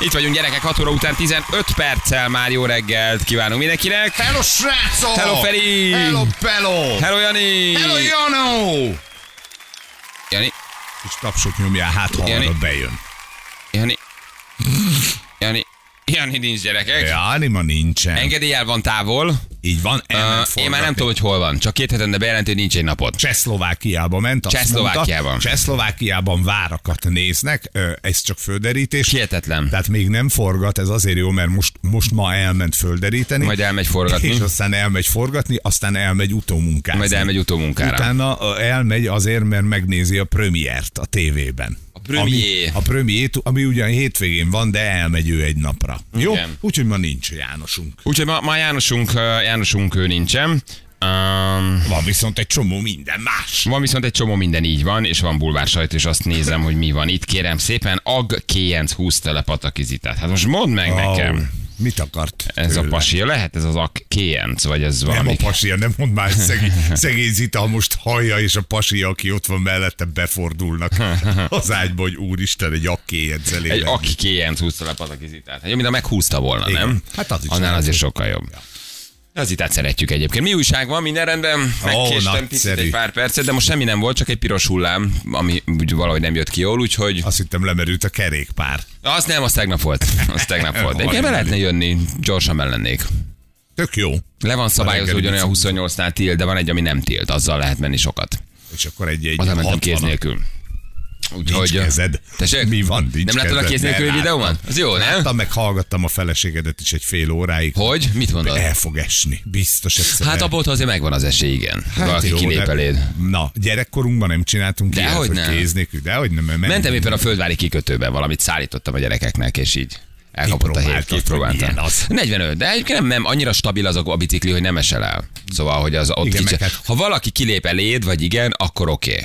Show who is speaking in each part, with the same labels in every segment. Speaker 1: Itt vagyunk gyerekek, 6 óra után 15 perccel már jó reggelt kívánunk mindenkinek.
Speaker 2: Hello, srácok!
Speaker 1: Hello, Feri!
Speaker 2: Hello, Pelo!
Speaker 1: Hello Jani!
Speaker 2: Hello, Jano!
Speaker 1: Jani!
Speaker 2: És tapsot nyomjál, hát ha
Speaker 1: Jani.
Speaker 2: arra bejön.
Speaker 1: Jani! Jani! Jani nincs gyerekek. Ja.
Speaker 2: Jani ma nincsen.
Speaker 1: Engedélyel van távol.
Speaker 2: Így van, el nem
Speaker 1: Uh, én már nem tudom, hogy hol van. Csak két hetente bejelenti, hogy nincs egy napot.
Speaker 2: Csehszlovákiába ment. azt
Speaker 1: Csehszlovákiában.
Speaker 2: mondta. Csehszlovákiában várakat néznek, ö, ez csak földerítés.
Speaker 1: Hihetetlen.
Speaker 2: Tehát még nem forgat, ez azért jó, mert most, most ma elment földeríteni.
Speaker 1: Majd elmegy forgatni.
Speaker 2: És aztán elmegy forgatni, aztán elmegy utómunkázni.
Speaker 1: Majd elmegy utómunkára.
Speaker 2: Utána ö, elmegy azért, mert megnézi a premiért a tévében. A
Speaker 1: premié.
Speaker 2: Ami, a premié, ami ugyan hétvégén van, de elmegy ő egy napra. Jó?
Speaker 1: Igen.
Speaker 2: Úgyhogy ma nincs Jánosunk.
Speaker 1: Úgyhogy ma, ma Jánosunk, uh, Jánosunk ő nincsen. Um,
Speaker 2: Van viszont egy csomó minden más.
Speaker 1: Van viszont egy csomó minden így van, és van bulvár sajt, és azt nézem, hogy mi van itt. Kérem szépen, AG 920 telepatakizitát. Hát most mondd meg
Speaker 2: Ó,
Speaker 1: nekem.
Speaker 2: Mit akart
Speaker 1: Ez a
Speaker 2: tőle?
Speaker 1: pasi, lehet ez az AG 9, vagy ez
Speaker 2: Nem a
Speaker 1: valami?
Speaker 2: pasia, nem mond már, szegény, szegény Zita, ha most hallja, és a pasia, aki ott van mellette, befordulnak az ágyba, hogy úristen, egy akkéjedzelé.
Speaker 1: Egy AG 920 telepatakizitát. Hát, jó, mint ha meghúzta volna,
Speaker 2: Igen.
Speaker 1: nem?
Speaker 2: Hát az is
Speaker 1: Annál
Speaker 2: lehet.
Speaker 1: azért sokkal jobb. Az itát szeretjük egyébként. Mi újság van, minden rendben? Megkéstem
Speaker 2: Ó,
Speaker 1: picit
Speaker 2: nagyszerű.
Speaker 1: egy pár percet, de most semmi nem volt, csak egy piros hullám, ami úgy valahogy nem jött ki jól, úgyhogy
Speaker 2: Azt hittem lemerült a kerékpár.
Speaker 1: az nem, az tegnap volt. Az tegnap volt. Egyébként be lehetne jönni, gyorsan ellennék.
Speaker 2: Tök jó.
Speaker 1: Le van szabályozva,
Speaker 2: reggeli
Speaker 1: ugyanolyan 28-nál tilt, de van egy, ami nem tilt, azzal lehet menni sokat.
Speaker 2: És akkor egy egy
Speaker 1: Az nem mentem
Speaker 2: 60
Speaker 1: kéz nélkül.
Speaker 2: Nincs kezed.
Speaker 1: Tessék?
Speaker 2: Mi van? Nincs
Speaker 1: nem láttad a
Speaker 2: kezed?
Speaker 1: kéz
Speaker 2: Ne,
Speaker 1: nélküli
Speaker 2: láttam.
Speaker 1: videóban? Az jó, nem?
Speaker 2: Láttam, meg hallgattam a feleségedet is egy fél óráig.
Speaker 1: Hogy? Mit mondod?
Speaker 2: El fog esni. Biztos egyszer.
Speaker 1: Hát
Speaker 2: el-
Speaker 1: abból azért megvan az esély, igen. Hát Valaki
Speaker 2: jó,
Speaker 1: kilép
Speaker 2: de-
Speaker 1: eléd.
Speaker 2: Na, gyerekkorunkban nem csináltunk ilyet,
Speaker 1: Dehogy
Speaker 2: hogy
Speaker 1: nem.
Speaker 2: kéz nélkül. Dehogy nem. mert
Speaker 1: Mentem éppen a földvári kikötőbe, valamit szállítottam a gyerekeknek, és így elkapott a hét,
Speaker 2: Kipróbáltad, hogy
Speaker 1: kipróbáltam.
Speaker 2: milyen az.
Speaker 1: 45, de egyébként nem, nem annyira stabil az a a bicikli, hogy nem esel el. Szóval, hogy az ott
Speaker 2: Igen,
Speaker 1: így,
Speaker 2: meg hát-
Speaker 1: ha valaki kilép eléd, vagy igen, akkor oké. Okay.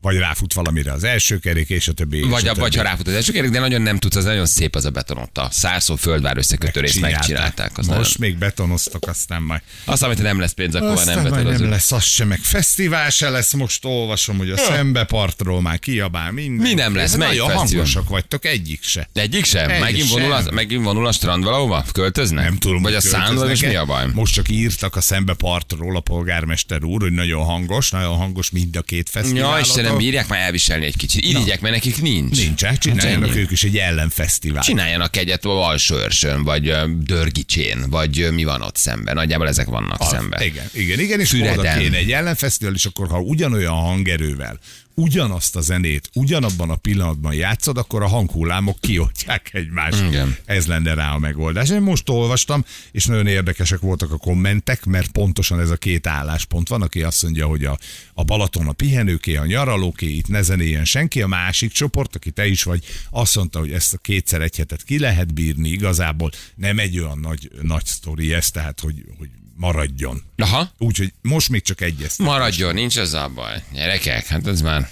Speaker 2: Vagy ráfut valamire az első kerék, és a többi. és
Speaker 1: Vagy,
Speaker 2: a
Speaker 1: a,
Speaker 2: többi.
Speaker 1: vagy ha ráfut az első kerék, de nagyon nem tudsz, az nagyon szép az a beton ott. A szárszó földvár összekötörést
Speaker 2: Csinálták.
Speaker 1: megcsinálták. Az
Speaker 2: Most
Speaker 1: Most...
Speaker 2: még betonoztak, aztán majd.
Speaker 1: Azt, amit nem lesz pénz, akkor már
Speaker 2: Aztán
Speaker 1: nem
Speaker 2: nem,
Speaker 1: beton
Speaker 2: majd
Speaker 1: az
Speaker 2: nem
Speaker 1: út.
Speaker 2: lesz az sem, meg fesztivál se lesz. Most olvasom, hogy a szembepartról már kiabál minden.
Speaker 1: Mi nem lesz?
Speaker 2: Hát
Speaker 1: Melyik
Speaker 2: Nagyon
Speaker 1: fesztivál?
Speaker 2: hangosak vagytok, egyik se.
Speaker 1: Egyik sem?
Speaker 2: Egyik
Speaker 1: megint, vonul
Speaker 2: sem.
Speaker 1: az, megint vonul a strand valahova? Költöznek?
Speaker 2: Nem tudom,
Speaker 1: Vagy a
Speaker 2: hogy
Speaker 1: szándor, és
Speaker 2: költöznek-e.
Speaker 1: mi a baj?
Speaker 2: Most csak írtak a szembepartról a polgármester úr, hogy nagyon hangos, nagyon hangos mind a két fesztivál.
Speaker 1: Ja, Istenem, bírják már elviselni egy kicsit. Irigyek, mert nekik nincs.
Speaker 2: Nincs, hát csináljanak
Speaker 1: ennyi.
Speaker 2: ők is egy ellenfesztivál.
Speaker 1: Csináljanak egyet a alsó őrsön, vagy ö, dörgicsén, vagy ö, mi van ott szemben. Nagyjából ezek vannak
Speaker 2: Az,
Speaker 1: szemben.
Speaker 2: Igen, igen, igen, és
Speaker 1: Füreden.
Speaker 2: oda kéne egy ellenfesztivál, és akkor ha ugyanolyan hangerővel, ugyanazt a zenét, ugyanabban a pillanatban játszod, akkor a hanghullámok kioltják egymást.
Speaker 1: Igen.
Speaker 2: Ez lenne rá a megoldás. Én most olvastam, és nagyon érdekesek voltak a kommentek, mert pontosan ez a két álláspont van, aki azt mondja, hogy a, a Balaton a pihenőké, a nyaralóké, itt ne zenéljen senki, a másik csoport, aki te is vagy, azt mondta, hogy ezt a kétszer egy hetet ki lehet bírni igazából, nem egy olyan nagy, nagy sztori ez, tehát hogy, hogy maradjon.
Speaker 1: Aha.
Speaker 2: Úgyhogy most még csak egyes.
Speaker 1: Maradjon, nincs az a baj. Gyerekek, hát ez már...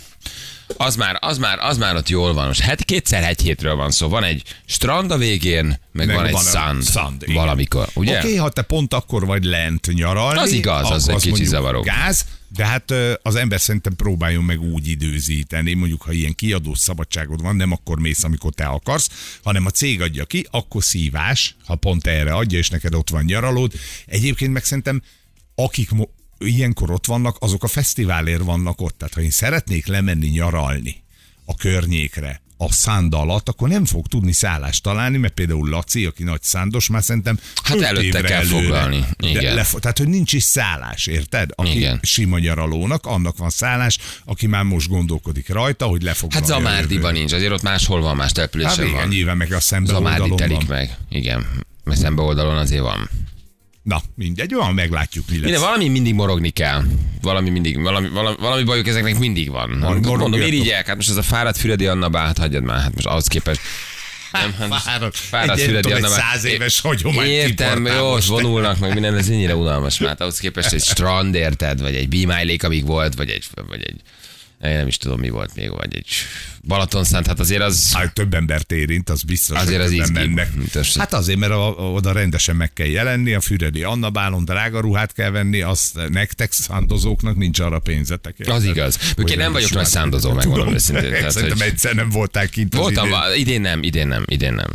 Speaker 1: Az már, az már, az már ott jól van. Most het, kétszer egy hétről van szó. Van egy strand a végén, meg, meg van, egy szand.
Speaker 2: szand igen.
Speaker 1: valamikor, ugye?
Speaker 2: Oké, okay, ha te pont akkor vagy lent nyaralni.
Speaker 1: Az igaz, az
Speaker 2: akkor
Speaker 1: egy kicsi
Speaker 2: mondjuk
Speaker 1: zavaró.
Speaker 2: Gáz, de hát ö, az ember szerintem próbáljon meg úgy időzíteni, mondjuk ha ilyen kiadós szabadságod van, nem akkor mész, amikor te akarsz, hanem a cég adja ki, akkor szívás, ha pont erre adja, és neked ott van nyaralód. Egyébként meg szerintem, akik mo- ilyenkor ott vannak, azok a fesztiválért vannak ott. Tehát ha én szeretnék lemenni nyaralni, a környékre a szánda alatt, akkor nem fog tudni szállást találni, mert például Laci, aki nagy szándos, már szerintem
Speaker 1: Hát
Speaker 2: öt
Speaker 1: előtte
Speaker 2: évre
Speaker 1: kell foglalni. Igen.
Speaker 2: De lef- tehát, hogy nincs is szállás, érted? Aki
Speaker 1: Igen.
Speaker 2: Igen. sima nyaralónak, annak van szállás, aki már most gondolkodik rajta, hogy
Speaker 1: Hát
Speaker 2: lefoglalja. a
Speaker 1: Zamárdiban
Speaker 2: jövőt.
Speaker 1: nincs, azért ott máshol van, más
Speaker 2: Hát
Speaker 1: településen
Speaker 2: igen,
Speaker 1: van.
Speaker 2: nyilván meg a szembe
Speaker 1: Zamárdi
Speaker 2: oldalon
Speaker 1: telik
Speaker 2: van.
Speaker 1: meg. Igen, mert szembe oldalon azért van.
Speaker 2: Na, mindegy, olyan meglátjuk, mi lesz.
Speaker 1: Minden, valami mindig morogni kell. Valami, mindig, valami, valami, valami bajuk ezeknek mindig van. Mondom,
Speaker 2: morogjatok.
Speaker 1: irigyek, hát most ez a fáradt füredi Anna bá, hát hagyjad már, hát most ahhoz hát képest. Nem, hát
Speaker 2: Fárad.
Speaker 1: fárad
Speaker 2: Egy-
Speaker 1: Füredi
Speaker 2: tudom, egy
Speaker 1: Anna már-
Speaker 2: száz éves hagyományt
Speaker 1: Értem,
Speaker 2: kiportál
Speaker 1: jó,
Speaker 2: most.
Speaker 1: ott vonulnak, meg minden, ez ennyire unalmas már. Hát Ahhoz képest egy strand, érted, vagy egy bímájlék, amíg volt, vagy egy, vagy egy én nem is tudom, mi volt még, vagy egy Balatonszent, hát azért az...
Speaker 2: Hát több embert érint, az biztos,
Speaker 1: Azért
Speaker 2: hogy
Speaker 1: az
Speaker 2: többen
Speaker 1: izgi.
Speaker 2: mennek.
Speaker 1: Biztos.
Speaker 2: Hát azért, mert a, a, oda rendesen meg kell jelenni, a Füredi Anna Bálon drága ruhát kell venni, azt nektek szándozóknak nincs arra pénzetek.
Speaker 1: Az igaz. Mondjuk én nem vagyok nagy szándozó, megmondom őszintén. Tehát,
Speaker 2: Tehát, Szerintem
Speaker 1: hogy-
Speaker 2: egyszer nem voltál kint. az
Speaker 1: Voltam,
Speaker 2: idén.
Speaker 1: idén. idén nem, idén nem, idén nem.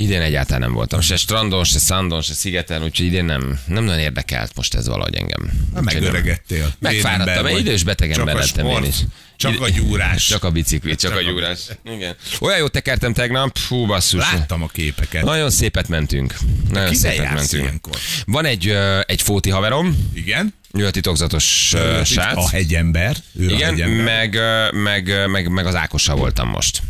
Speaker 1: Idén egyáltalán nem voltam, se strandon, se szándon, se szigeten, úgyhogy idén nem, nem nagyon érdekelt most ez valahogy engem.
Speaker 2: Na,
Speaker 1: Úgyhogy nem.
Speaker 2: Hát megöregedtél. Vén ember
Speaker 1: Megfáradtam, egy
Speaker 2: vagy.
Speaker 1: idős beteg
Speaker 2: Csak
Speaker 1: ember
Speaker 2: a
Speaker 1: lettem én
Speaker 2: sport,
Speaker 1: is.
Speaker 2: Csak a gyúrás.
Speaker 1: Csak a bicikli, csak,
Speaker 2: Csak
Speaker 1: a
Speaker 2: a
Speaker 1: gyúrás. Igen. Olyan jót tekertem tegnap, fú basszus.
Speaker 2: Láttam a képeket.
Speaker 1: Nagyon szépet mentünk. Nagyon
Speaker 2: Kire
Speaker 1: szépet
Speaker 2: jársz
Speaker 1: mentünk.
Speaker 2: ilyenkor?
Speaker 1: Van egy, ö, egy fóti haverom,
Speaker 2: Igen.
Speaker 1: ő a titokzatos ö, srác.
Speaker 2: A hegyember. Ő a
Speaker 1: Igen,
Speaker 2: hegyember.
Speaker 1: meg, ö, meg, ö, meg, meg, az Ákossal voltam most.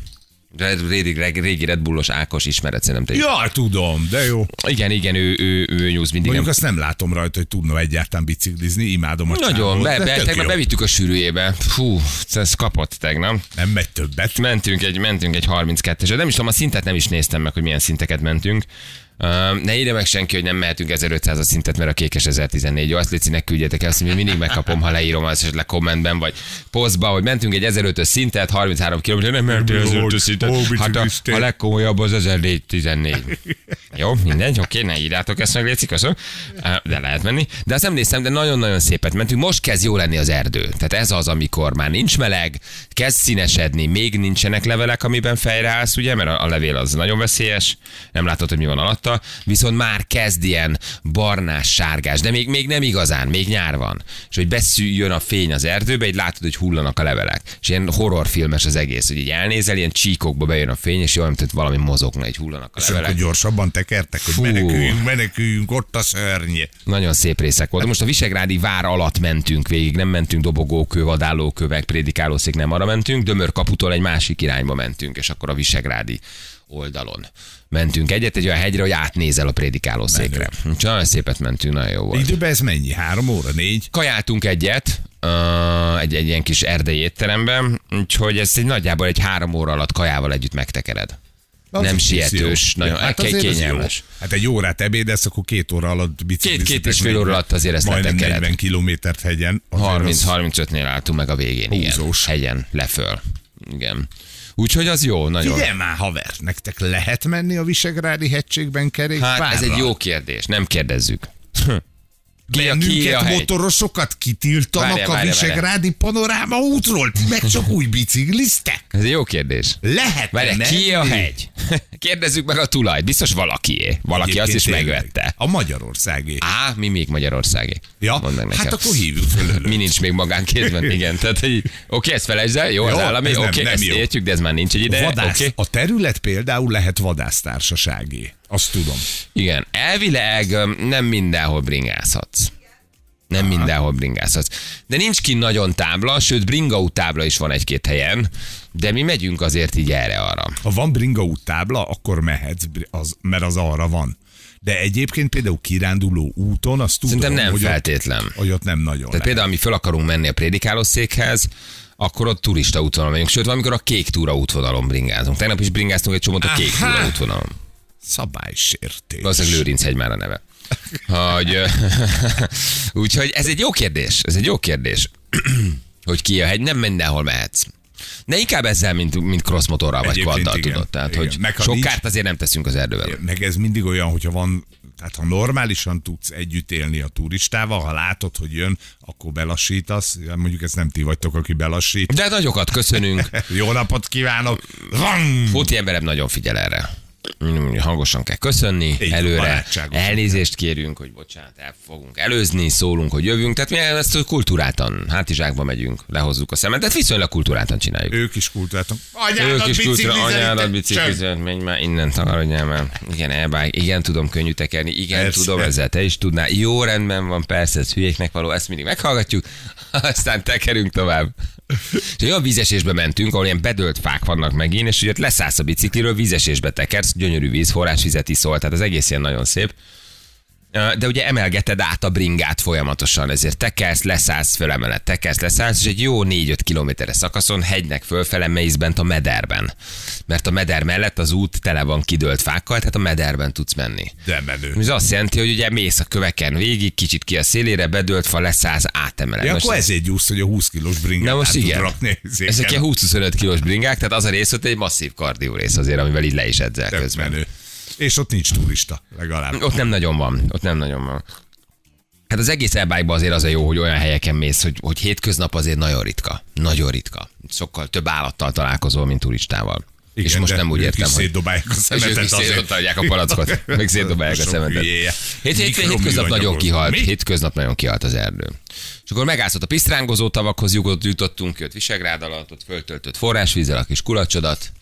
Speaker 1: Red- Régi, reg- régi Red Bullos Ákos ismeret szerintem. te-
Speaker 2: Ja, tudom, de jó.
Speaker 1: Igen, igen, ő, ő, ő nyúz mindig.
Speaker 2: Mondjuk
Speaker 1: nem-
Speaker 2: azt nem látom rajta, hogy tudna egyáltalán biciklizni, imádom a
Speaker 1: Nagyon,
Speaker 2: csávót,
Speaker 1: be,
Speaker 2: de
Speaker 1: be,
Speaker 2: tök
Speaker 1: tegnap
Speaker 2: jó.
Speaker 1: bevittük a sűrűjébe. Fú, ez kapott tegnap.
Speaker 2: Nem megy többet.
Speaker 1: Mentünk egy, mentünk egy 32-esre. Nem is tudom, a szintet nem is néztem meg, hogy milyen szinteket mentünk. Öm, Ne írja meg senki, hogy nem mehetünk 1500 a szintet, mert a kékes 1014. Jó, azt létszinek küldjetek el, azt mondja, mindig megkapom, ha leírom az esetleg kommentben, vagy posztba, hogy mentünk egy 1500 szintet, 33 km, nem mehetünk 1500 szintet. Hát a, a legkomolyabb az 1014. Jó, mindegy, oké, ne írjátok ezt meg, Léci, köszönöm. Á, De lehet menni. De azt emlékszem, de nagyon-nagyon szépet mentünk. Most kezd jó lenni az erdő. Tehát ez az, amikor már nincs meleg, kezd színesedni, még nincsenek levelek, amiben fejreállsz, ugye, mert a- a levél az nagyon veszélyes, nem látod, hogy mi van alatta, viszont már kezd ilyen barnás, sárgás, de még, még nem igazán, még nyár van. És hogy beszűjön a fény az erdőbe, így látod, hogy hullanak a levelek. És ilyen horrorfilmes az egész, hogy így elnézel, ilyen csíkokba bejön a fény, és olyan, mint valami mozogna, egy hullanak a
Speaker 2: És
Speaker 1: levelek.
Speaker 2: akkor gyorsabban tekertek, hogy
Speaker 1: Fú.
Speaker 2: meneküljünk, meneküljünk, ott a szörny.
Speaker 1: Nagyon szép részek voltak. Most a Visegrádi vár alatt mentünk végig, nem mentünk dobogókő, vadállókövek, prédikálószék, nem arra mentünk, Dömörkaputól egy másik irányba mentünk, és akkor a Visegrádi oldalon mentünk egyet, egy olyan hegyre, hogy átnézel a prédikálószékre. Úgyhogy nagyon szépet mentünk, nagyon jó volt.
Speaker 2: Időben ez mennyi? Három óra, négy?
Speaker 1: Kajáltunk egyet, ö, egy, egy ilyen kis erdei étteremben, úgyhogy ezt egy nagyjából egy három óra alatt kajával együtt megtekered.
Speaker 2: Az
Speaker 1: nem
Speaker 2: is
Speaker 1: sietős,
Speaker 2: jó.
Speaker 1: nagyon hát
Speaker 2: azért az
Speaker 1: kényelmes.
Speaker 2: jó. Hát egy órát ebédesz, akkor két óra alatt biciklizitek.
Speaker 1: Két- két és fél óra alatt azért ezt
Speaker 2: Majdnem
Speaker 1: letekered.
Speaker 2: 40 kilométert hegyen. Azért az-
Speaker 1: 30-35-nél álltunk meg a végén. Igen.
Speaker 2: Húzós.
Speaker 1: Hegyen, leföl. Igen. Úgyhogy az jó, nagyon.
Speaker 2: Figyelj már, haver, nektek lehet menni a Visegrádi hegységben kerékpárra?
Speaker 1: Hát ez egy jó kérdés, nem kérdezzük. Ki a, ki a
Speaker 2: Bennünket,
Speaker 1: hegy?
Speaker 2: motorosokat kitiltanak
Speaker 1: Várjál,
Speaker 2: a
Speaker 1: várjál,
Speaker 2: Visegrádi panoráma útról, ti meg csak úgy bicikliztek?
Speaker 1: Ez egy jó kérdés.
Speaker 2: Lehet
Speaker 1: Várj, ki a hegy? Kérdezzük meg a tulajt, biztos valakié. Valaki azt is megvette.
Speaker 2: A Magyarországi.
Speaker 1: Á, mi még Magyarországi?
Speaker 2: Ja,
Speaker 1: Mondd meg
Speaker 2: hát
Speaker 1: nekem.
Speaker 2: akkor hívjuk föl előtt.
Speaker 1: Mi nincs még magánkézben, igen. Tehát, hogy, oké, ezt felejtsd el, jó, az
Speaker 2: Jó,
Speaker 1: állami,
Speaker 2: ez
Speaker 1: oké,
Speaker 2: nem- nem
Speaker 1: ezt
Speaker 2: jó.
Speaker 1: értjük, de ez már nincs egy
Speaker 2: De,
Speaker 1: ideje.
Speaker 2: Vadász,
Speaker 1: oké.
Speaker 2: A terület például lehet vadásztársaságé. Azt tudom.
Speaker 1: Igen, elvileg öm, nem mindenhol bringázhatsz. Nem mindenhol bringázhatsz. De nincs ki nagyon tábla, sőt bringaú tábla is van egy-két helyen, de mi megyünk azért így erre-arra.
Speaker 2: Ha van bringa út tábla, akkor mehetsz, bri- az, mert az arra van. De egyébként például kiránduló úton, azt tudom,
Speaker 1: Szerintem nem
Speaker 2: hogy,
Speaker 1: feltétlen.
Speaker 2: Ott, hogy ott nem nagyon
Speaker 1: Tehát
Speaker 2: lehet.
Speaker 1: például, mi fel akarunk menni a prédikálószékhez, akkor ott turista útvonalon megyünk. Sőt, valamikor a kék túra útvonalon bringázunk. Tegnap is bringáztunk egy csomót a kék
Speaker 2: Aha.
Speaker 1: túra útvonalon.
Speaker 2: Szabálysértés.
Speaker 1: Valószínűleg Lőrinc egy már a neve. Hogy, ö, úgyhogy ez egy jó kérdés, ez egy jó kérdés, hogy ki a hegy, nem mindenhol mehetsz. De inkább ezzel, mint, mint crossmotorral vagy
Speaker 2: Egyébként
Speaker 1: kvaddal,
Speaker 2: igen.
Speaker 1: tudod. Tehát,
Speaker 2: Igen.
Speaker 1: hogy
Speaker 2: Meg ha
Speaker 1: sok
Speaker 2: nincs-
Speaker 1: kárt azért nem teszünk az erdővel.
Speaker 2: Meg ez mindig olyan, hogyha van, tehát ha normálisan tudsz együtt élni a turistával, ha látod, hogy jön, akkor belassítasz. Ja, Mondjuk ez nem ti vagytok, aki belassít.
Speaker 1: De hát nagyokat köszönünk.
Speaker 2: Jó napot kívánok! Van!
Speaker 1: Fóti emberem nagyon figyel erre. Mm, Hangosan kell köszönni,
Speaker 2: Így,
Speaker 1: előre
Speaker 2: barátságos.
Speaker 1: elnézést kérünk, hogy bocsánat, el fogunk előzni, szólunk, hogy jövünk. Tehát mi ezt kultúrátan, hátizsákba megyünk, lehozzuk a szemet, tehát viszonylag kultúrátan csináljuk.
Speaker 2: Ők is kultáltam.
Speaker 1: Ők is kultúra, anyádat
Speaker 2: biciklizel.
Speaker 1: biciklizett, menj már innen, takarodjál már. Igen, elbáj, igen, tudom könnyű tekerni, igen,
Speaker 2: Persze.
Speaker 1: persze. tudom, ezzel te is tudnál. Jó, rendben van, persze, ez hülyéknek való, ezt mindig meghallgatjuk, aztán tekerünk tovább. És olyan vízesésbe mentünk, ahol ilyen bedölt fák vannak megint, és ugye ott leszállsz a bicikliről, vízesésbe tekersz, gyönyörű víz, forrásvizet iszol, tehát az egész ilyen nagyon szép. de ugye emelgeted át a bringát folyamatosan, ezért tekersz, leszállsz, fölemeled, tekersz, leszállsz, és egy jó 4-5 kilométeres szakaszon hegynek fölfele mész bent a mederben. Mert a meder mellett az út tele van kidőlt fákkal, tehát a mederben tudsz menni.
Speaker 2: De menő.
Speaker 1: Ez azt jelenti, hogy ugye mész a köveken végig, kicsit ki a szélére, bedőlt fa, leszállsz, átemeled.
Speaker 2: Ja,
Speaker 1: Most
Speaker 2: akkor ezért gyúsz, hogy a 20 kilós bringát
Speaker 1: Na most
Speaker 2: át tud
Speaker 1: igen.
Speaker 2: rakni.
Speaker 1: Ezek ilyen 20-25 kilós bringák, tehát az a rész ott egy masszív kardió rész azért, amivel így le is edzel
Speaker 2: Tök
Speaker 1: közben.
Speaker 2: menő. És ott nincs turista, legalább.
Speaker 1: Ott nem nagyon van, ott nem nagyon van. Hát az egész elbájban azért az a jó, hogy olyan helyeken mész, hogy, hogy hétköznap azért nagyon ritka. Nagyon ritka. Sokkal több állattal találkozol, mint turistával. Igen, és most
Speaker 2: de
Speaker 1: nem úgy
Speaker 2: ők
Speaker 1: értem,
Speaker 2: is
Speaker 1: hogy...
Speaker 2: szétdobálják a
Speaker 1: És
Speaker 2: szemetet
Speaker 1: ők is
Speaker 2: azért.
Speaker 1: szétadják a palackot, meg szétdobálják a
Speaker 2: Sok
Speaker 1: szemetet.
Speaker 2: hülyéje.
Speaker 1: Hét, hét, hétköznap
Speaker 2: Mikroműanyagok.
Speaker 1: nagyon kihalt,
Speaker 2: Mi?
Speaker 1: hétköznap nagyon kihalt az erdő. És akkor megászott a pisztrángozó tavakhoz, jutott, jutottunk, jött Visegrád alatt, ott föltöltött forrásvízzel a kis kulacsodat,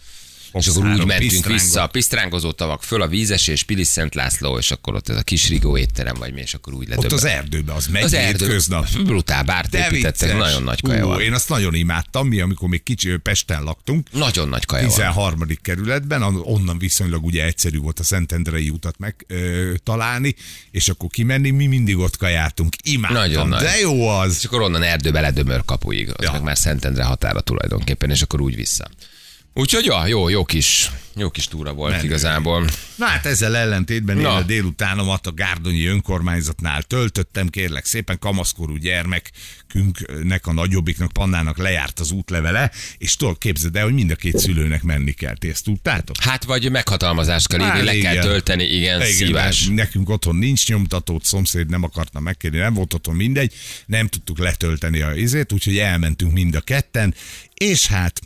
Speaker 1: és akkor úgy
Speaker 2: Hopszára,
Speaker 1: mentünk
Speaker 2: pisztrángok.
Speaker 1: vissza a pisztrángozó tavak föl, a vízes és Pilis Szent László, és akkor ott ez a kis rigó étterem, vagy mi, és akkor úgy
Speaker 2: Ott
Speaker 1: ledöbben.
Speaker 2: az erdőbe, az megy
Speaker 1: az
Speaker 2: hétköznap.
Speaker 1: brutál bárt
Speaker 2: De
Speaker 1: építettek,
Speaker 2: vicces.
Speaker 1: nagyon nagy kaja
Speaker 2: Ú,
Speaker 1: van.
Speaker 2: én azt nagyon imádtam, mi amikor még kicsi Pesten laktunk,
Speaker 1: Nagyon nagy kaja van.
Speaker 2: 13. kerületben, an- onnan viszonylag ugye egyszerű volt a Szentendrei utat megtalálni, és akkor kimenni, mi mindig ott kajáltunk. Imádtam,
Speaker 1: Nagyon nagy.
Speaker 2: de jó az.
Speaker 1: És akkor onnan erdőbe ledömör kapuig, az
Speaker 2: Ja.
Speaker 1: ja. meg már Szentendre határa tulajdonképpen, és akkor úgy vissza. Úgyhogy ja, jó, jó kis, jó kis túra volt
Speaker 2: Menő.
Speaker 1: igazából.
Speaker 2: Na hát ezzel ellentétben én
Speaker 1: Na.
Speaker 2: a délutánomat a Gárdonyi önkormányzatnál töltöttem, kérlek szépen, kamaszkorú gyermekünknek, a nagyobbiknak, Pannának lejárt az útlevele, és tudod, képzeld el, hogy mind a két szülőnek menni kell, ti ezt tudtátok?
Speaker 1: Hát vagy meghatalmazást kell írni,
Speaker 2: Á,
Speaker 1: le kell
Speaker 2: igen.
Speaker 1: tölteni, igen, igen szívás.
Speaker 2: mert Nekünk otthon nincs nyomtatót, szomszéd nem akarta megkérni, nem volt otthon mindegy, nem tudtuk letölteni a izét, úgyhogy elmentünk mind a ketten, és hát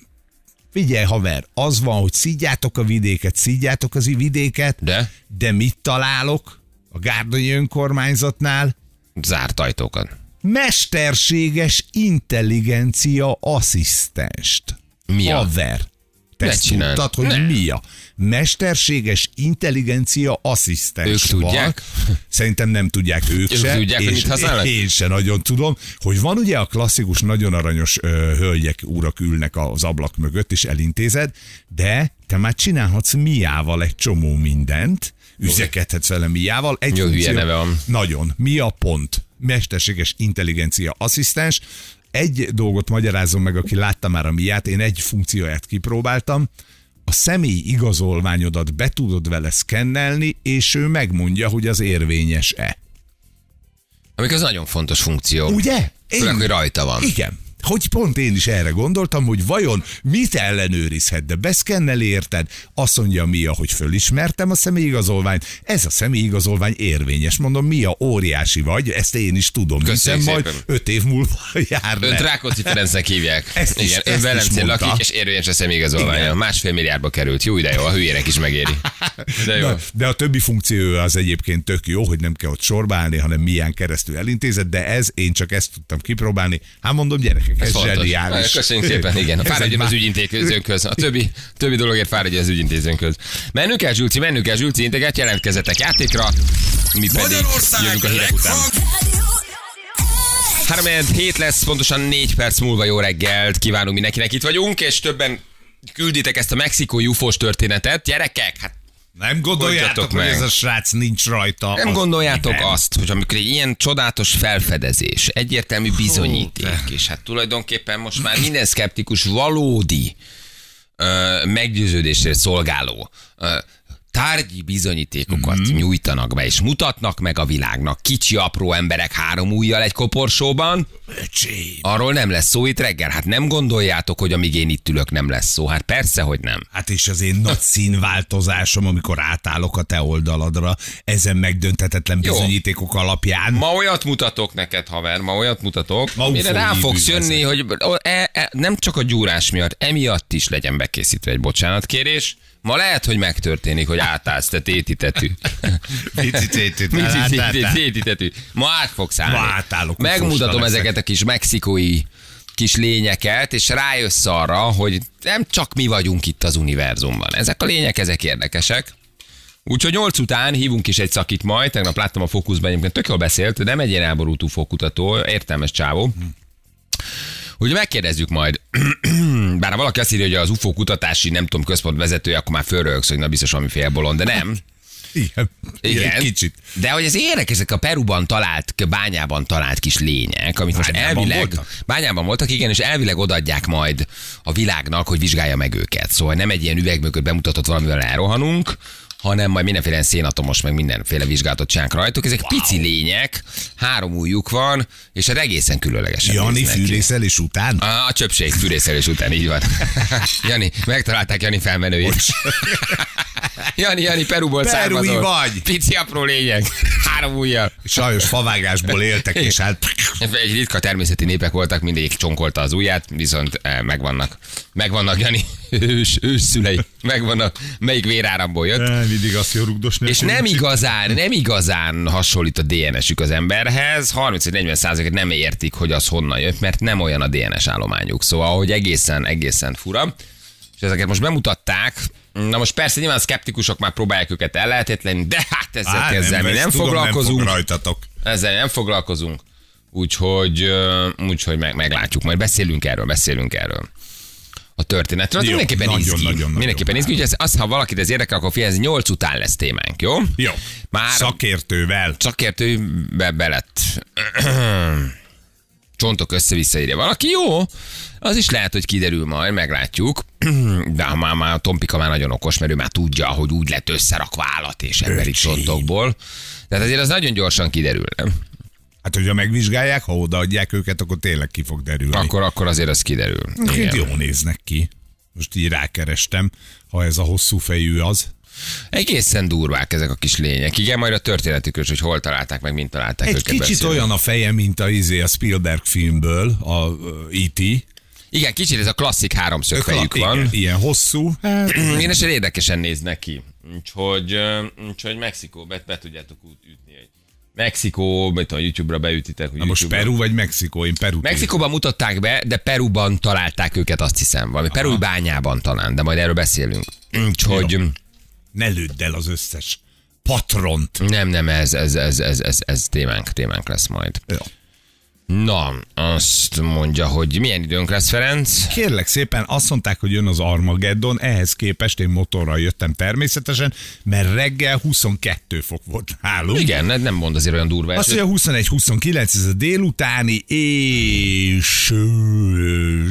Speaker 2: Figyelj, haver, az van, hogy szígyátok a vidéket, szígyátok az i- vidéket,
Speaker 1: De?
Speaker 2: de mit találok a Gárdonyi önkormányzatnál?
Speaker 1: Zárt ajtókat.
Speaker 2: Mesterséges intelligencia asszisztenst.
Speaker 1: Mi a-
Speaker 2: Haver. Te
Speaker 1: Ne
Speaker 2: ezt
Speaker 1: csináld.
Speaker 2: tudtad, hogy
Speaker 1: Ne.
Speaker 2: mi a? Mesterséges intelligencia asszisztens
Speaker 1: Ők
Speaker 2: van.
Speaker 1: tudják?
Speaker 2: Szerintem nem tudják ők
Speaker 1: Ők
Speaker 2: se.
Speaker 1: tudják, hogy
Speaker 2: és
Speaker 1: mit használnak?
Speaker 2: Én se nagyon tudom, hogy van ugye a klasszikus, nagyon aranyos ö, hölgyek, úrak ülnek az ablak mögött, és elintézed, de te már csinálhatsz miával egy csomó mindent, üzekedhetsz vele miával. Egy
Speaker 1: Jó, hülye
Speaker 2: funkció-
Speaker 1: neve van.
Speaker 2: nagyon. Mi a pont? Mesterséges intelligencia asszisztens. Egy dolgot magyarázom meg, aki látta már a miát, én egy funkcióját kipróbáltam, a személyi igazolványodat be tudod vele szkennelni, és ő megmondja, hogy az érvényes-e.
Speaker 1: Amik az nagyon fontos funkció.
Speaker 2: Ugye?
Speaker 1: Főleg, hogy rajta van.
Speaker 2: Igen. Hogy pont én is erre gondoltam, hogy vajon mit ellenőrizhet, de beszkennel érted, azt mondja Mia, hogy fölismertem a személyigazolványt, ez a személyigazolvány érvényes, mondom, Mia, óriási vagy, ezt én is tudom,
Speaker 1: Köszönjük
Speaker 2: hiszen majd
Speaker 1: szépen.
Speaker 2: öt év múlva jár le.
Speaker 1: Önt Rákóczi Ferencnek hívják.
Speaker 2: Ezt is-
Speaker 1: Igen,
Speaker 2: ezt
Speaker 1: ön
Speaker 2: is
Speaker 1: Velencén
Speaker 2: mondta.
Speaker 1: lakik, és érvényes a személyigazolványa. Másfél milliárdba került. Jó ide, jó, a hülyének is megéri. De jó.
Speaker 2: Na, de a többi funkció az egyébként tök jó, hogy nem kell ott sorba állni, hanem milyen keresztül elintézed, de ez, én csak ezt tudtam kipróbálni. Hát mondom, gyerekek, ez,
Speaker 1: Ez fontos.
Speaker 2: zseniális.
Speaker 1: Köszönjük szépen, igen.
Speaker 2: Ez egy
Speaker 1: Fáradjon az
Speaker 2: má-
Speaker 1: ügyintézőnkhöz. A többi, többi dologért fáradjon az ügyintézőnkhöz. Mennünk el, Zsülci, mennünk el, Zsülci, integet jelentkezetek játékra. Mi pedig
Speaker 3: Magyarország
Speaker 1: jövünk a hírek után.
Speaker 3: leghang...
Speaker 1: 3 hét lesz, pontosan 4 perc múlva jó reggelt kívánunk mindenkinek. Itt vagyunk, és többen külditek ezt a mexikói ufós történetet. Gyerekek, hát
Speaker 2: Nem gondoljátok,
Speaker 1: Mondjatok
Speaker 2: hogy
Speaker 1: meg.
Speaker 2: ez a srác nincs rajta.
Speaker 1: Nem
Speaker 2: az
Speaker 1: gondoljátok
Speaker 2: miben?
Speaker 1: azt, hogy amikor egy ilyen csodálatos felfedezés, egyértelmű bizonyíték, és hát tulajdonképpen most már minden szkeptikus valódi ö, meggyőződésre szolgáló ö, tárgyi bizonyítékokat mm-hmm. nyújtanak be, és mutatnak meg a világnak kicsi apró emberek három ujjal egy koporsóban,
Speaker 2: Öcsém.
Speaker 1: arról nem lesz szó itt reggel. Hát nem gondoljátok, hogy amíg én itt ülök, nem lesz szó. Hát persze, hogy nem.
Speaker 2: Hát és az én nagy színváltozásom, amikor átállok a te oldaladra, ezen megdönthetetlen
Speaker 1: Jó.
Speaker 2: bizonyítékok alapján.
Speaker 1: Ma olyat mutatok neked, haver, ma olyat mutatok,
Speaker 2: Ma
Speaker 1: ma mire
Speaker 2: UFO
Speaker 1: rá
Speaker 2: hívő
Speaker 1: fogsz
Speaker 2: lesz.
Speaker 1: jönni, hogy o- e, e, nem csak a gyúrás miatt, emiatt is legyen bekészítve egy bocsánatkérés. Ma lehet, hogy megtörténik, hogy átállsz, te tétitetű.
Speaker 2: Icitétű, te láttál?
Speaker 1: Tétitetű. Ma át fogsz állni.
Speaker 2: Hát, Ma átállok, ufósra
Speaker 1: Megmutatom
Speaker 2: leszek.
Speaker 1: ezeket a kis mexikói kis lényeket, és rájössz arra, hogy nem csak mi vagyunk itt az univerzumban. Ezek a lények, ezek érdekesek. Úgyhogy 8 után hívunk is egy szakit majd, tegnap láttam a fókuszban, egyébként tök jól beszélt, nem egy ilyen elborult ufókutató, értelmes csávó. Ugye megkérdezzük majd, bár ha valaki azt írja, hogy az UFO kutatási, nem tudom, központ vezetője, akkor már fölrögsz, hogy na biztos valami bolond, de nem.
Speaker 2: Igen.
Speaker 1: Igen.
Speaker 2: Egy kicsit.
Speaker 1: De hogy ez érdekes, ezek a Peruban talált, bányában talált kis lények, amit most
Speaker 2: Bányában
Speaker 1: elvileg...
Speaker 2: voltak?
Speaker 1: Bányában voltak, igen, és elvileg odaadják majd a világnak, hogy vizsgálja meg őket. Szóval nem egy ilyen üveg mögött bemutatott valamivel elrohanunk, hanem majd mindenféle ilyen szénatomos, meg mindenféle vizsgálatot csinálnak rajtuk. Ezek wow. pici lények, három újjuk van, és hát egészen különlegesen
Speaker 2: Jani
Speaker 1: néznek ki.
Speaker 2: fűrészel és után?
Speaker 1: Á, A csöpség fűrészelés után, így van. Jani, megtalálták Jani felmenőjét. Jani, Jani, Perúból
Speaker 2: Perui
Speaker 1: származol.
Speaker 2: vagy.
Speaker 1: Pici apró lényeg. Három ujjal.
Speaker 2: Sajnos favágásból éltek, és hát
Speaker 1: Egy ritka természeti népek voltak, mindegyik csonkolta az ujját, viszont eh, megvannak. Megvannak, Jani, ős, ős szülei. Megvannak, melyik véráramból jött.
Speaker 2: mindig azt jó rugdosni.
Speaker 1: És nem igazán, nem igazán hasonlít a DNS-ük az emberhez. 30-40 százalék nem értik, hogy az honnan jött, mert nem olyan a DNS állományuk. Szóval, hogy egészen, egészen fura. És ezeket most bemutatták. Na most persze nyilván a szkeptikusok már próbálják őket ellehetetlenni, de hát ezzel, Á, ezzel mi
Speaker 2: ezt
Speaker 1: nem
Speaker 2: tudom,
Speaker 1: foglalkozunk.
Speaker 2: Nem fog rajtatok.
Speaker 1: Ezzel nem foglalkozunk. Úgyhogy, ö, úgyhogy meg, meglátjuk, majd beszélünk erről, beszélünk erről. A történetről, az
Speaker 2: Jó,
Speaker 1: mindenképpen
Speaker 2: nagyon,
Speaker 1: izgi.
Speaker 2: nagyon, nagyon.
Speaker 1: mindenképpen izgi, úgyhogy ez- az, ha valakit ez érdekel, akkor figyelj, ez 8 után lesz témánk, jó?
Speaker 2: Jó.
Speaker 1: Már Szak...
Speaker 2: Szakértővel.
Speaker 1: szakértő be, belett. Csontok össze-vissza írja valaki, jó? Az is lehet, hogy kiderül majd, meglátjuk. De ha már, már a Tompika már nagyon okos, mert ő már tudja, hogy úgy lett összerakva állat és emberi
Speaker 2: Öcsém.
Speaker 1: csontokból. Tehát azért az nagyon gyorsan kiderül, nem?
Speaker 2: Hát, hogyha megvizsgálják, ha odaadják őket, akkor tényleg ki fog derülni.
Speaker 1: Akkor, akkor azért az kiderül.
Speaker 2: Egyébként
Speaker 1: Igen.
Speaker 2: jól néznek ki. Most így rákerestem, ha ez a hosszú fejű az.
Speaker 1: Egészen durvák ezek a kis lények. Igen, majd a történetükről, is, hogy hol találták meg, mint találták
Speaker 2: Egy
Speaker 1: őket.
Speaker 2: kicsit
Speaker 1: beszélünk.
Speaker 2: olyan a feje, mint a, izé, a Spielberg filmből, a uh, E ö, E.T.
Speaker 1: Igen, kicsit ez a klasszik háromszög fejük
Speaker 2: Igen,
Speaker 1: van.
Speaker 2: Ilyen hosszú. Hát,
Speaker 1: Én is érdekesen néznek ki. Úgyhogy, ö, úgyhogy Mexikó, be, be tudjátok út- ütni egy. Mexikó, mit tudom, YouTube-ra beütitek.
Speaker 2: na most Peru vagy Mexikó? Én Peru.
Speaker 1: Mexikóban mutatták be, de Peruban találták őket, azt hiszem. Valami Perú bányában talán, de majd erről beszélünk. Úgyhogy...
Speaker 2: Jó. Ne lődd el az összes patront.
Speaker 1: Nem, nem, ez, ez, ez, ez, ez, ez témánk, témánk lesz majd.
Speaker 2: Jó.
Speaker 1: Na, azt mondja, hogy milyen időnk lesz, Ferenc?
Speaker 2: Kérlek szépen, azt mondták, hogy jön az Armageddon, ehhez képest én motorral jöttem természetesen, mert reggel 22 fok volt nálunk.
Speaker 1: Igen, ne- nem mond azért olyan durva
Speaker 2: Azt
Speaker 1: esőt.
Speaker 2: mondja 21-29, ez a délutáni, és... ö,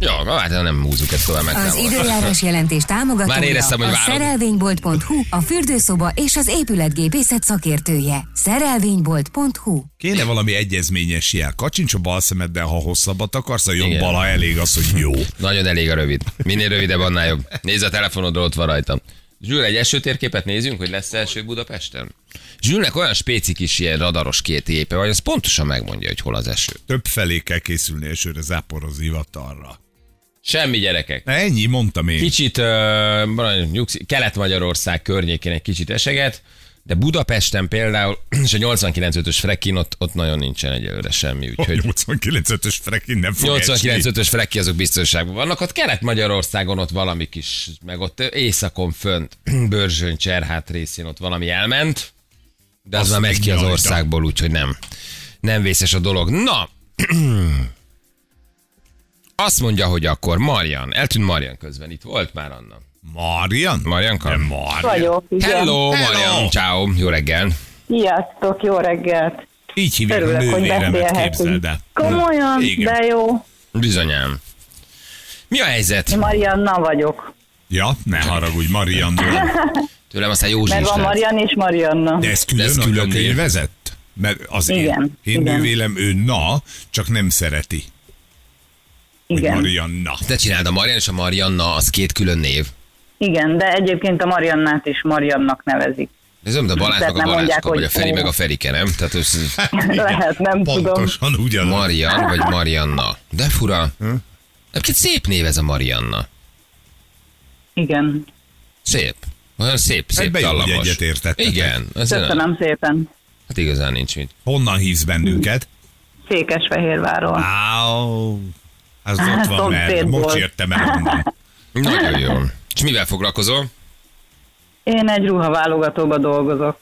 Speaker 1: Jó, hát nem húzzuk ezt tovább meg.
Speaker 4: Az
Speaker 1: nem.
Speaker 4: időjárás jelentés támogatója
Speaker 1: Már éreztem, hogy
Speaker 4: a
Speaker 1: várod.
Speaker 4: szerelvénybolt.hu, a fürdőszoba és az épületgépészet szakértője. Szerelvénybolt.hu
Speaker 2: Kéne valami egyezményes jel. Kacsincs a bal szemeddel, ha hosszabbat akarsz, a jobb
Speaker 1: Igen.
Speaker 2: bala elég az, hogy jó.
Speaker 1: Nagyon elég a rövid. Minél rövidebb, annál jobb. Nézd a telefonodról, ott van rajtam. Zsül, egy esőtérképet nézzünk, hogy lesz első Budapesten? Zsülnek olyan spéci kis ilyen radaros két gépe, vagy az pontosan megmondja, hogy hol az eső.
Speaker 2: Több felé kell készülni esőre, záporoz hivatalra.
Speaker 1: Semmi gyerekek.
Speaker 2: Na ennyi, mondtam én.
Speaker 1: Kicsit ö, maradjunk nyugsz- Kelet-Magyarország környékén egy kicsit eseget, de Budapesten például, és a 89-ös Frekin, ott, ott nagyon nincsen egyelőre semmi,
Speaker 2: A
Speaker 1: úgyhogy
Speaker 2: 89-ös frekin nem fog 89
Speaker 1: 89-ös Freki azok biztonságban vannak. Ott Kelet-Magyarországon ott valami kis, meg ott éjszakon fönt, Börzsön, Cserhát részén ott valami elment, de az
Speaker 2: Azt
Speaker 1: már megy ki az
Speaker 2: ignorálta.
Speaker 1: országból, úgyhogy nem. Nem vészes a dolog. Na, azt mondja, hogy akkor Marian, eltűnt Marian közben, itt volt már Anna.
Speaker 2: Marian?
Speaker 1: Marianka?
Speaker 2: Nem Marian.
Speaker 5: vagyok. Igen.
Speaker 1: Hello, Marian,
Speaker 2: Hello.
Speaker 1: ciao, jó reggel.
Speaker 5: Sziasztok, jó reggelt.
Speaker 2: Így hívják a
Speaker 5: Örülök, hogy
Speaker 2: nővéremet,
Speaker 5: beszélhetünk.
Speaker 2: képzeld el. Hm,
Speaker 5: Komolyan,
Speaker 2: Igen.
Speaker 5: de jó.
Speaker 1: Bizonyám. Mi a helyzet?
Speaker 5: Marianna vagyok.
Speaker 2: Ja, ne haragudj, Marian.
Speaker 1: Tőlem aztán Józsi
Speaker 5: Mert
Speaker 1: is
Speaker 5: van
Speaker 1: lett.
Speaker 5: Marian és Marianna.
Speaker 2: De ez külön,
Speaker 1: ez
Speaker 2: ez
Speaker 1: külön
Speaker 2: külön a
Speaker 1: díj.
Speaker 2: könyvezett? Mert az én,
Speaker 5: Igen,
Speaker 2: én
Speaker 5: igen.
Speaker 2: nővélem, ő na, csak nem szereti, hogy
Speaker 5: Igen.
Speaker 2: Marian na.
Speaker 1: Te csináld a Marian és a Marianna, az két külön név.
Speaker 5: Igen, de egyébként a Mariannát is Mariannak nevezik.
Speaker 1: Ez olyan, mint a Balázs
Speaker 5: Tehát
Speaker 1: meg a
Speaker 5: nem mondják,
Speaker 1: Balázska, vagy a
Speaker 5: hogy
Speaker 1: Feri
Speaker 5: ó.
Speaker 1: meg a Ferike, nem? Tehát ez
Speaker 5: Lehet, nem tudom.
Speaker 2: Pontosan ugyanaz.
Speaker 1: Marian vagy Marianna. De fura.
Speaker 2: Hm?
Speaker 1: Egyébként szép név ez a Marianna.
Speaker 5: Igen.
Speaker 1: Szép. Olyan szép, szép
Speaker 2: Ebben Hát jó, hogy
Speaker 1: dallamos.
Speaker 2: egyetértettetek.
Speaker 1: Igen. Ez
Speaker 5: Köszönöm szépen.
Speaker 1: Hát igazán nincs mit.
Speaker 2: Honnan hívsz bennünket?
Speaker 5: Székesfehérváról.
Speaker 2: Áó, az ott
Speaker 5: Hát,
Speaker 2: van, mert
Speaker 5: szomszédból.
Speaker 2: most értem el onnan.
Speaker 1: Nagyon jó. És mivel foglalkozol?
Speaker 5: Én egy ruhaválogatóba dolgozok.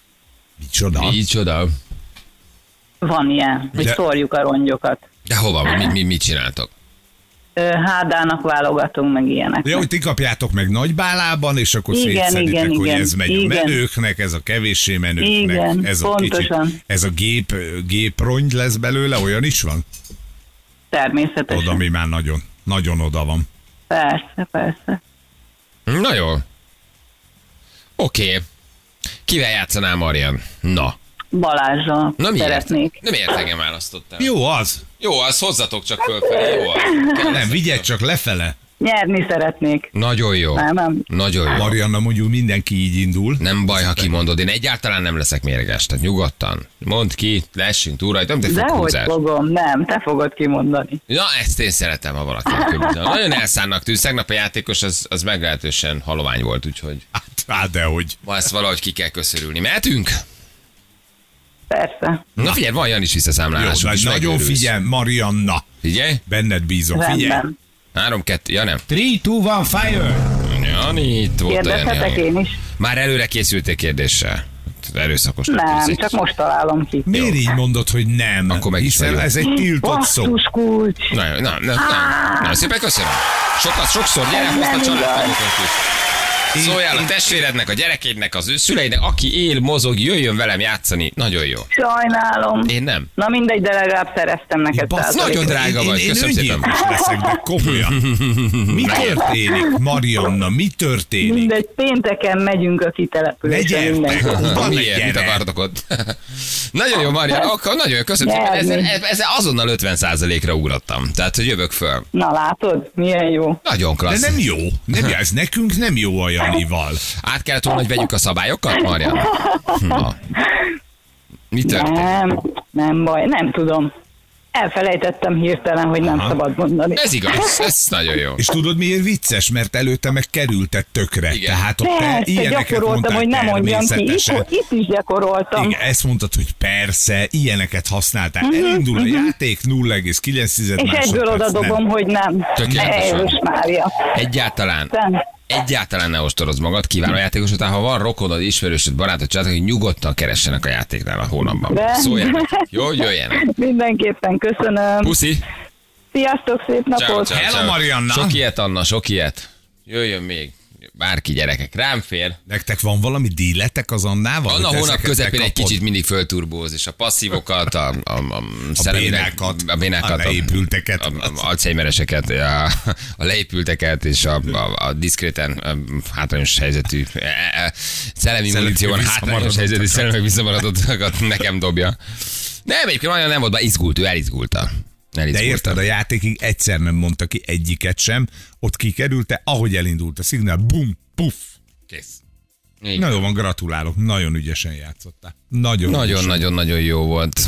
Speaker 2: Micsoda?
Speaker 1: Így csoda.
Speaker 5: Van ilyen, hogy
Speaker 2: De-
Speaker 5: szórjuk a rongyokat.
Speaker 1: De hova? Mi, mi, mit csináltok?
Speaker 5: ö, hádának válogatunk, meg ilyenek.
Speaker 2: Ja, hogy ti kapjátok meg nagybálában, és akkor
Speaker 5: Igen,
Speaker 2: szétszeditek,
Speaker 5: igen,
Speaker 2: hogy
Speaker 5: igen,
Speaker 2: ez megy a
Speaker 5: igen.
Speaker 2: menőknek, ez a kevéssé menőknek,
Speaker 5: Igen,
Speaker 2: ez a
Speaker 5: pontosan.
Speaker 2: kicsit, ez a gép, géprongy lesz belőle, olyan is van?
Speaker 5: Természetesen.
Speaker 2: Oda mi már nagyon, nagyon oda van.
Speaker 5: Persze, persze.
Speaker 1: Na jó. Oké. Okay. Kivel játszanál, Marian? Na.
Speaker 5: Balázsra
Speaker 1: Na miért?
Speaker 5: szeretnék.
Speaker 1: Nem miért engem választottál.
Speaker 2: Jó az,
Speaker 1: Jó, az hozzatok csak fölfelé. Jó az.
Speaker 2: nem, vigyed csak lefele.
Speaker 5: Nyerni szeretnék.
Speaker 1: Nagyon jó.
Speaker 5: Nem, nem.
Speaker 1: Nagyon jó.
Speaker 2: Marianna mondjuk mindenki így indul.
Speaker 1: Nem baj, ha kimondod. Én egyáltalán nem leszek mérges, tehát nyugodtan. Mondd ki, lessünk túl rajta, de
Speaker 5: Dehogy
Speaker 1: fokhúzás.
Speaker 5: fogom, nem, te fogod kimondani.
Speaker 1: Na, ezt én szeretem, ha valaki különböző. Nagyon elszánnak tűz. Tegnap a játékos az, az meglehetősen halovány volt, úgyhogy
Speaker 2: Hát, hát dehogy.
Speaker 1: ma ezt valahogy ki kell köszörülni. Mehetünk?
Speaker 5: Persze.
Speaker 1: Na figyelj, van Jan is
Speaker 2: Jó,
Speaker 1: visszaszámlálásunk
Speaker 2: vagy
Speaker 1: is.
Speaker 2: nagyon
Speaker 1: megőrülsz.
Speaker 2: figyel, Marianna,
Speaker 1: Figyelj,
Speaker 2: benned bízom, figyelj.
Speaker 5: Rendben.
Speaker 1: 3-2, ja nem.
Speaker 2: 3, 2, 1, fire!
Speaker 1: Jani, itt volt a
Speaker 5: Kérdezhetek
Speaker 1: Jani.
Speaker 5: én is?
Speaker 1: Már előre készültél kérdéssel? Hát, Erőszakos
Speaker 5: Nem,
Speaker 1: tűzik.
Speaker 5: csak most találom ki.
Speaker 2: Miért így mondod, hogy nem?
Speaker 1: Akkor meg is
Speaker 2: Hiszen
Speaker 1: vagyok.
Speaker 2: ez egy tiltott szó.
Speaker 5: Basszus kulcs!
Speaker 1: Na, jó, na, na, na, na, szépen köszönöm. Sokat, sokszor gyere, hozd a
Speaker 5: nem
Speaker 1: családtagokat is.
Speaker 2: Én-
Speaker 1: Szóljál a testvérednek, a gyerekédnek, az ő szüleinek, aki él, mozog, jöjjön velem játszani. Nagyon jó.
Speaker 5: Sajnálom.
Speaker 1: Én nem.
Speaker 5: Na mindegy, de legalább szereztem neked
Speaker 2: Basz,
Speaker 5: százalékot.
Speaker 1: nagyon drága.
Speaker 2: Én-
Speaker 1: vagy,
Speaker 2: én,
Speaker 1: köszönöm
Speaker 2: én
Speaker 1: szépen.
Speaker 2: öngyilkos leszek, de komolyan. Mi történik, Marianna, mi történik?
Speaker 5: Mindegy, pénteken megyünk a
Speaker 2: Ne
Speaker 5: kitelepülésre
Speaker 2: gyertek.
Speaker 5: mindenki.
Speaker 2: Van
Speaker 1: Miért?
Speaker 2: egy
Speaker 1: Mit
Speaker 2: gyerek.
Speaker 1: akartok ott? nagyon jó, Marian, akkor nagyon jó, köszönöm szépen. Ezzel,
Speaker 5: Nyerni.
Speaker 1: ezzel azonnal 50%-ra ugrottam. Tehát, hogy jövök föl.
Speaker 5: Na látod, milyen jó.
Speaker 1: Nagyon
Speaker 2: De
Speaker 1: klassz.
Speaker 2: nem jó, nem jó, ez nekünk nem jó a Janival.
Speaker 1: Át kellett volna, hogy vegyük a szabályokat, Marian? Na. Mi történt?
Speaker 5: Nem, nem baj, nem tudom. Elfelejtettem hirtelen, hogy nem szabad mondani.
Speaker 1: Ez igaz, ez nagyon jó.
Speaker 2: És tudod miért vicces? Mert előtte meg kerültett tökre.
Speaker 1: Igen.
Speaker 2: Tehát ott te
Speaker 5: Persze,
Speaker 2: ilyeneket
Speaker 5: gyakoroltam,
Speaker 2: mondtál
Speaker 5: hogy nem mondjam ki. Itt,
Speaker 2: természetesen.
Speaker 5: itt is gyakoroltam.
Speaker 2: Igen, ezt mondtad, hogy persze, ilyeneket használtál. Elindul a játék, 0,9
Speaker 5: Mhm, És
Speaker 2: másodperc.
Speaker 5: egyből oda
Speaker 2: nem.
Speaker 5: dobom, hogy nem.
Speaker 1: Tökéletesen.
Speaker 5: Jézus Mária.
Speaker 1: Egyáltalán.
Speaker 5: Nem.
Speaker 1: Egyáltalán ne ostorozd magad, kiváló játékos után, ha van rokonod, ismerősöd, barátod, család, hogy nyugodtan keressenek a játéknál a hónapban.
Speaker 5: De-
Speaker 1: Szóljanak, jó, jöjjenek.
Speaker 5: Mindenképpen köszönöm.
Speaker 1: Puszi,
Speaker 5: Sziasztok, szép napot!
Speaker 2: ciao. Hello, Marianna.
Speaker 1: Sok ilyet, Anna, sok ilyet. Jöjjön még. Bárki gyerekek, rám fér.
Speaker 2: Nektek van valami díletek az Annával?
Speaker 1: Anna
Speaker 2: hogy
Speaker 1: hónap
Speaker 2: ezeket
Speaker 1: közepén egy
Speaker 2: megkapod?
Speaker 1: kicsit mindig fölturbóz, és a passzívokat, a, a, a,
Speaker 2: A
Speaker 1: szerelmileg-
Speaker 2: bénákat,
Speaker 1: a bénákat,
Speaker 2: a leépülteket.
Speaker 1: a, a, a alzheimereseket, a, a leépülteket és a, a, a diszkréten um, hátrányos helyzetű e, e, szellemi
Speaker 2: Szellemi
Speaker 1: munícióban hátrányos
Speaker 2: visszamaradottakat.
Speaker 1: helyzetű szellemileg visszamaradottakat nekem dobja. Nem, egyébként nagyon nem volt, bár izgult, ő elizgulta.
Speaker 2: De
Speaker 1: elizgulta.
Speaker 2: érted, a játékig egyszer nem mondta ki egyiket sem, ott kikerülte, ahogy elindult a szignál, bum, puff. Kész.
Speaker 1: Így.
Speaker 2: Na jó van, gratulálok, nagyon ügyesen játszottál. Nagyon. ügyesen.
Speaker 1: Nagyon-nagyon-nagyon jó volt.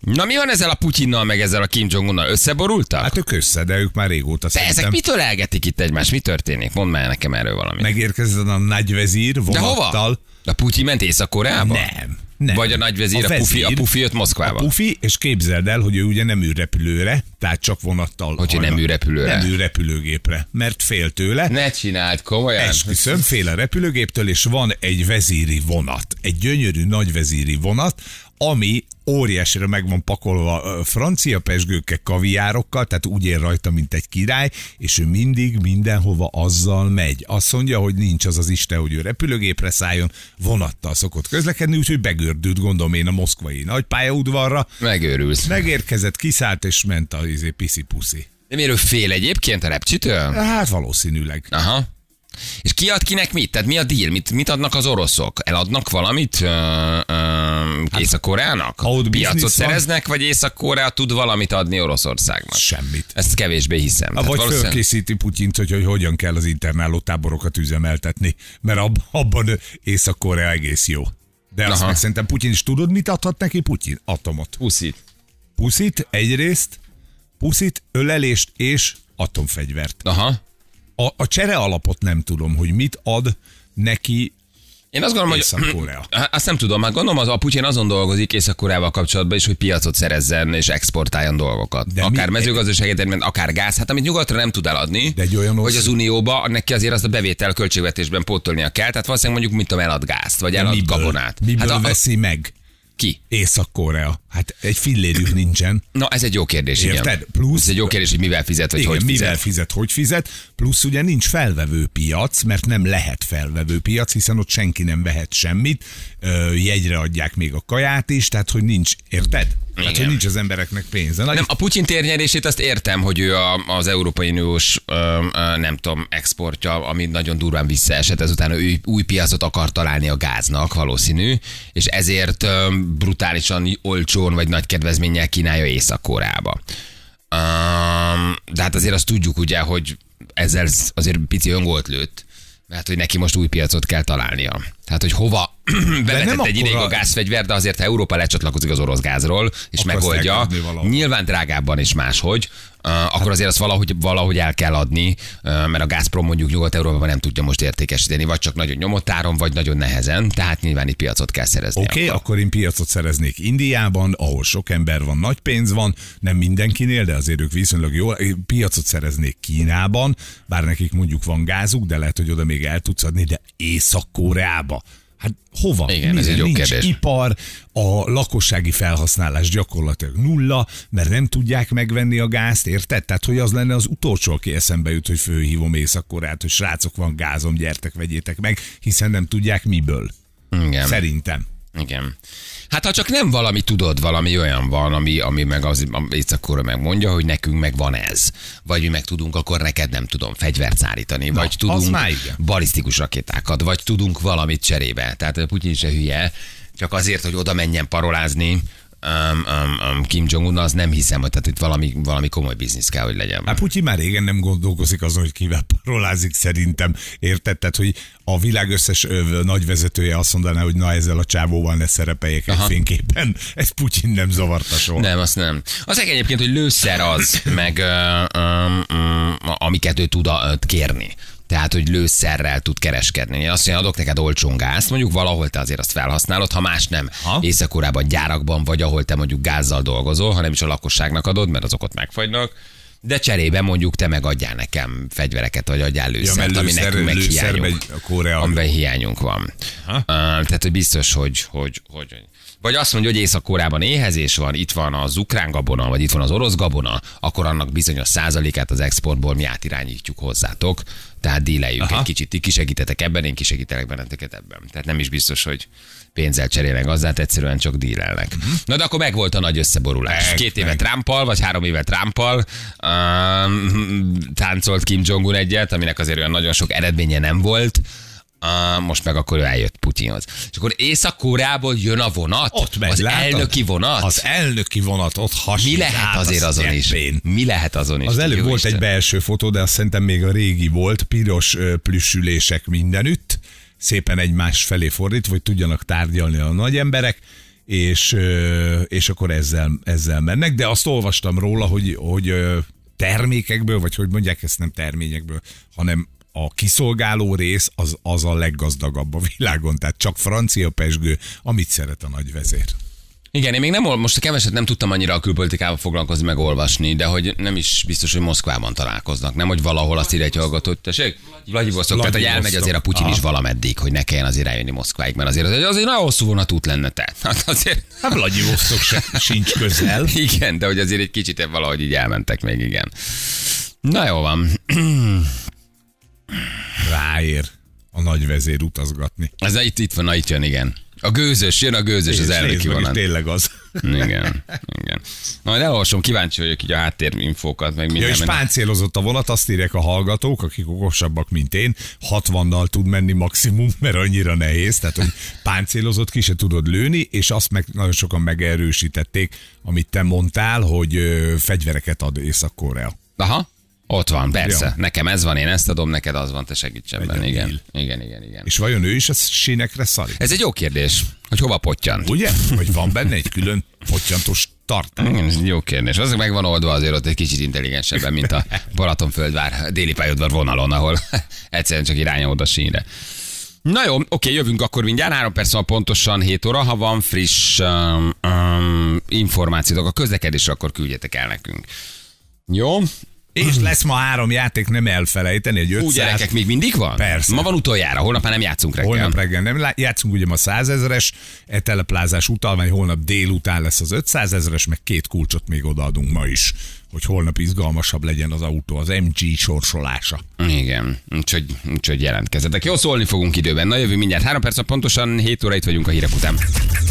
Speaker 1: Na mi van ezzel a Putyinnal, meg ezzel a Kim Jong-unnal? Összeborultak? Hát,
Speaker 2: Hát ők össze, de ők már régóta
Speaker 1: de ezek
Speaker 2: szerintem.
Speaker 1: mitől elgetik itt egymást? Mi történik? Mondd már nekem erről valamit.
Speaker 2: Megérkezett a nagyvezír
Speaker 1: de
Speaker 2: vonattal.
Speaker 1: hova? A Putyin ment Észak-Koreába?
Speaker 2: Nem, nem.
Speaker 1: Vagy a nagyvezér, a, a, pufi, a pufi jött Moszkvába?
Speaker 2: A pufi, és képzeld el, hogy ő ugye nem űrrepülőre, tehát csak vonattal.
Speaker 1: Hogy ő nem
Speaker 2: hajlan.
Speaker 1: űrrepülőre.
Speaker 2: Nem űrrepülőgépre, mert fél tőle.
Speaker 1: Ne csináld, komolyan.
Speaker 2: Esküszöm, fél a repülőgéptől, és van egy vezíri vonat, egy gyönyörű nagyvezíri vonat, ami óriásira meg van pakolva ö, francia pesgőkkel, kaviárokkal, tehát úgy ér rajta, mint egy király, és ő mindig mindenhova azzal megy. Azt mondja, hogy nincs az az Isten, hogy ő repülőgépre szálljon, vonattal szokott közlekedni, úgyhogy begördült, gondolom én, a moszkvai nagypályaudvarra,
Speaker 1: Megőrülsz.
Speaker 2: megérkezett, kiszállt, és ment a izé, piszi-puszi.
Speaker 1: De miért ő fél egyébként a repcsitől?
Speaker 2: Hát valószínűleg.
Speaker 1: Aha. És ki ad kinek mit? Tehát mi a deal? Mit, mit adnak az oroszok? Eladnak valamit uh, uh, Észak-Koreának?
Speaker 2: Hát, ha ott
Speaker 1: Piacot
Speaker 2: biznisz van-
Speaker 1: szereznek, vagy Észak-Korea tud valamit adni Oroszországnak?
Speaker 2: Semmit.
Speaker 1: Ezt kevésbé hiszem.
Speaker 2: Na,
Speaker 1: Tehát
Speaker 2: vagy
Speaker 1: Hát valószínűleg-
Speaker 2: fölkészíti Putyint, hogy, hogy hogyan kell az internáló táborokat üzemeltetni, mert ab, abban ő- Észak-Korea egész jó. De azt
Speaker 1: Aha.
Speaker 2: meg szerintem Putyin is tudod, mit adhat neki Putyin? Atomot.
Speaker 1: Puszit.
Speaker 2: Puszit egyrészt, puszit, ölelést és atomfegyvert.
Speaker 1: Aha.
Speaker 2: A, a csere alapot nem tudom, hogy mit ad neki
Speaker 1: Én azt gondolom, hogy...
Speaker 2: Észak-Korea.
Speaker 1: Hát Azt nem tudom, hát gondolom az a Putyin azon dolgozik észak kapcsolatban is, hogy piacot szerezzen és exportáljon dolgokat. De
Speaker 2: De
Speaker 1: akár
Speaker 2: mi-
Speaker 1: mezőgazdasági terményt, akár gáz, hát amit nyugatra nem tud eladni,
Speaker 2: De egy olyan
Speaker 1: hogy
Speaker 2: ország-
Speaker 1: az Unióba neki azért azt a bevétel költségvetésben pótolnia kell, tehát valószínűleg mondjuk mit tudom, elad gázt, vagy elad
Speaker 2: miből,
Speaker 1: gabonát.
Speaker 2: miből
Speaker 1: hát
Speaker 2: hát
Speaker 1: a, a,
Speaker 2: veszi meg
Speaker 1: ki?
Speaker 2: Észak-Korea. Hát egy fillérjük nincsen.
Speaker 1: Na, ez egy jó kérdés, igen.
Speaker 2: Érted? Plusz-
Speaker 1: Ez egy jó kérdés, hogy mivel fizet, vagy
Speaker 2: Igen,
Speaker 1: hogy
Speaker 2: mivel
Speaker 1: fizet.
Speaker 2: fizet? hogy fizet, plusz ugye nincs felvevő piac, mert nem lehet felvevő piac, hiszen ott senki nem vehet semmit, ö, jegyre adják még a kaját is, tehát hogy nincs, érted? Tehát,
Speaker 1: Igen.
Speaker 2: hogy nincs az embereknek pénze. Na,
Speaker 1: Nem,
Speaker 2: nem,
Speaker 1: a Putyin térnyerését azt értem, hogy ő a, az Európai Uniós, ö, ö, nem tudom, exportja, ami nagyon durván visszaesett, ezután ő új- új piacot akar találni a gáznak, valószínű, és ezért ö, brutálisan olcsón vagy nagy kedvezménnyel kínálja Észak-Koreába. Um, de hát azért azt tudjuk ugye, hogy ezzel z- azért pici öngolt lőtt, mert hogy neki most új piacot kell találnia. Tehát, hogy hova bevetett
Speaker 2: nem
Speaker 1: egy ideig a
Speaker 2: akkora-
Speaker 1: gázfegyver, de azért, ha Európa lecsatlakozik az orosz gázról, és
Speaker 2: Akkor azt
Speaker 1: megoldja,
Speaker 2: elkapni valahol.
Speaker 1: nyilván drágábban és máshogy, uh, akkor azért azt valahogy, valahogy el kell adni, uh, mert a Gazprom mondjuk Nyugat-Európában nem tudja most értékesíteni, vagy csak nagyon nyomottáron, vagy nagyon nehezen, tehát nyilván itt piacot kell szerezni.
Speaker 2: Oké, okay, akkor én piacot szereznék Indiában, ahol sok ember van, nagy pénz van, nem mindenkinél, de azért ők viszonylag jól. Én Piacot szereznék Kínában, bár nekik mondjuk van gázuk, de lehet, hogy oda még el tudsz adni, de Észak-Koreába. Hát hova?
Speaker 1: Igen, ez egy jó
Speaker 2: Nincs
Speaker 1: kérdés.
Speaker 2: ipar, a lakossági felhasználás gyakorlatilag nulla, mert nem tudják megvenni a gázt, érted? Tehát, hogy az lenne az utolsó, aki eszembe jut, hogy főhívom Észak-Koreát, hogy srácok, van gázom, gyertek, vegyétek meg, hiszen nem tudják miből.
Speaker 1: Igen.
Speaker 2: Szerintem.
Speaker 1: Igen. Hát ha csak nem valami tudod, valami olyan van, ami, ami meg az am- éjszakóra megmondja, hogy nekünk meg van ez. Vagy mi meg tudunk, akkor neked nem tudom fegyvert szállítani. Na, vagy
Speaker 2: az
Speaker 1: tudunk
Speaker 2: már igen.
Speaker 1: balisztikus rakétákat, vagy tudunk valamit cserébe. Tehát a Putyin se hülye, csak azért, hogy oda menjen parolázni, Um, um, um, Kim Jong-un, az nem hiszem, hogy tehát itt valami, valami komoly biznisz kell, hogy legyen.
Speaker 2: Hát Putyin már régen nem gondolkozik azon, hogy kivel parolázik szerintem. Érted? Tehát, hogy a világ összes ö, nagyvezetője azt mondaná, hogy na ezzel a csávóval ne szerepeljek egy
Speaker 1: Aha.
Speaker 2: fényképen. Ez Putyin nem zavarta soha.
Speaker 1: Nem, azt nem. Az egyébként, hogy lőszer az, meg ö, ö, ö, amiket ő tud ö, kérni. Tehát, hogy lőszerrel tud kereskedni. Én azt mondja, adok neked olcsón gázt, mondjuk valahol te azért azt felhasználod, ha más nem.
Speaker 2: Ha.
Speaker 1: Észak-Koreában, gyárakban, vagy ahol te mondjuk gázzal dolgozol, hanem is a lakosságnak adod, mert azok ott megfagynak. De cserébe mondjuk te megadjál nekem fegyvereket, vagy adjál lőszert,
Speaker 2: mert
Speaker 1: ja, ami
Speaker 2: lőszer-
Speaker 1: nekünk meg
Speaker 2: lőszerbe
Speaker 1: hiányunk,
Speaker 2: egy- a Korea-
Speaker 1: amiben hiányunk van.
Speaker 2: Aha.
Speaker 1: Uh, tehát, hogy biztos, hogy, hogy, hogy, hogy. Vagy azt mondja, hogy Észak-Koreában éhezés van, itt van az ukrán gabona, vagy itt van az orosz gabona, akkor annak bizonyos százalékát az exportból mi átirányítjuk hozzátok. Tehát díleljük egy kicsit, ti kisegítetek ebben, én kisegítelek benneteket ebben. Tehát nem is biztos, hogy pénzzel cserélnek gazdát, egyszerűen csak dílelnek. Na de akkor megvolt a nagy összeborulás.
Speaker 2: Meg,
Speaker 1: Két éve
Speaker 2: meg.
Speaker 1: Trumpal, vagy három éve Trumpal um, táncolt Kim Jong-un egyet, aminek azért olyan nagyon sok eredménye nem volt. Uh, most meg akkor ő eljött Putyinhoz. És akkor Észak-Koreából jön a vonat?
Speaker 2: Ott megy,
Speaker 1: Az
Speaker 2: látod?
Speaker 1: elnöki vonat?
Speaker 2: Az elnöki vonat, ott hasít.
Speaker 1: Mi lehet
Speaker 2: át a
Speaker 1: azért azon is?
Speaker 2: szeppén.
Speaker 1: Mi lehet azon is?
Speaker 2: Az előbb
Speaker 1: Jó
Speaker 2: volt
Speaker 1: Isten.
Speaker 2: egy belső fotó, de azt szerintem még a régi volt, piros ö, plüssülések mindenütt, szépen egymás felé fordítva, hogy tudjanak tárgyalni a nagy emberek, és, ö, és akkor ezzel, ezzel mennek, de azt olvastam róla, hogy, hogy ö, termékekből, vagy hogy mondják ezt nem terményekből, hanem a kiszolgáló rész az, az a leggazdagabb a világon, tehát csak francia pesgő, amit szeret a nagy vezér.
Speaker 1: Igen, én még nem, ol- most keveset nem tudtam annyira a külpolitikával foglalkozni, meg olvasni, de hogy nem is biztos, hogy Moszkvában találkoznak, nem, hogy valahol azt írja egy hallgató, hogy tessék, Vladivostok, tehát hogy elmegy
Speaker 2: Vladivostok.
Speaker 1: azért a Putyin is
Speaker 2: Aha.
Speaker 1: valameddig, hogy ne kelljen azért eljönni Moszkváig, mert azért az egy, az egy nagyon hosszú vonatút lenne te. Hát azért,
Speaker 2: Hát Vladivostok se, sincs közel.
Speaker 1: igen, de hogy azért egy kicsit valahogy így elmentek még, igen. Na jó van,
Speaker 2: ráér a nagyvezér utazgatni.
Speaker 1: ez itt, itt van, na itt jön, igen. A gőzös, jön a gőzös az elnöki
Speaker 2: meg, és
Speaker 1: vonat.
Speaker 2: tényleg az.
Speaker 1: Igen, igen. Na, majd elolvasom, kíváncsi vagyok így a háttérinfókat, meg
Speaker 2: Ja,
Speaker 1: minden.
Speaker 2: és
Speaker 1: mert-
Speaker 2: páncélozott a vonat, azt írják a hallgatók, akik okosabbak, mint én, 60-nal tud menni maximum, mert annyira nehéz, tehát hogy páncélozott ki se tudod lőni, és azt meg nagyon sokan megerősítették, amit te mondtál, hogy ö, fegyvereket ad Észak-Korea.
Speaker 1: Aha, ott van, persze.
Speaker 2: Ja.
Speaker 1: Nekem ez van, én ezt adom, neked az van, te segíts ebben.
Speaker 2: Legyen
Speaker 1: Igen.
Speaker 2: deal.
Speaker 1: igen, igen, igen.
Speaker 2: És vajon ő is a sínekre szarik?
Speaker 1: Ez egy jó kérdés, hogy hova pottyan.
Speaker 2: Ugye? Vagy van benne egy külön fotyantós tartály?
Speaker 1: Igen, ez egy jó kérdés. Azok meg van oldva azért ott egy kicsit intelligensebben, mint a Balatonföldvár déli pályaudvar vonalon, ahol egyszerűen csak iránya oda sínre. Na jó, oké, jövünk akkor mindjárt. Három perc van pontosan 7 óra. Ha van friss um, um, információtok a közlekedésre, akkor küldjetek el nekünk. Jó?
Speaker 2: És lesz ma három játék, nem elfelejteni, egy 500.
Speaker 1: Úgy gyerekek még mindig van?
Speaker 2: Persze.
Speaker 1: Ma van utoljára, holnap már nem játszunk reggel.
Speaker 2: Holnap reggel nem lá- játszunk, ugye ma 100 ezeres, e teleplázás utalvány, holnap délután lesz az 500 ezeres, meg két kulcsot még odaadunk ma is, hogy holnap izgalmasabb legyen az autó, az MG sorsolása.
Speaker 1: Igen, úgyhogy, úgyhogy jelentkezzetek. Jó, szólni fogunk időben. Na jövő mindjárt. Három perc, pontosan 7 óra itt vagyunk a hírek után.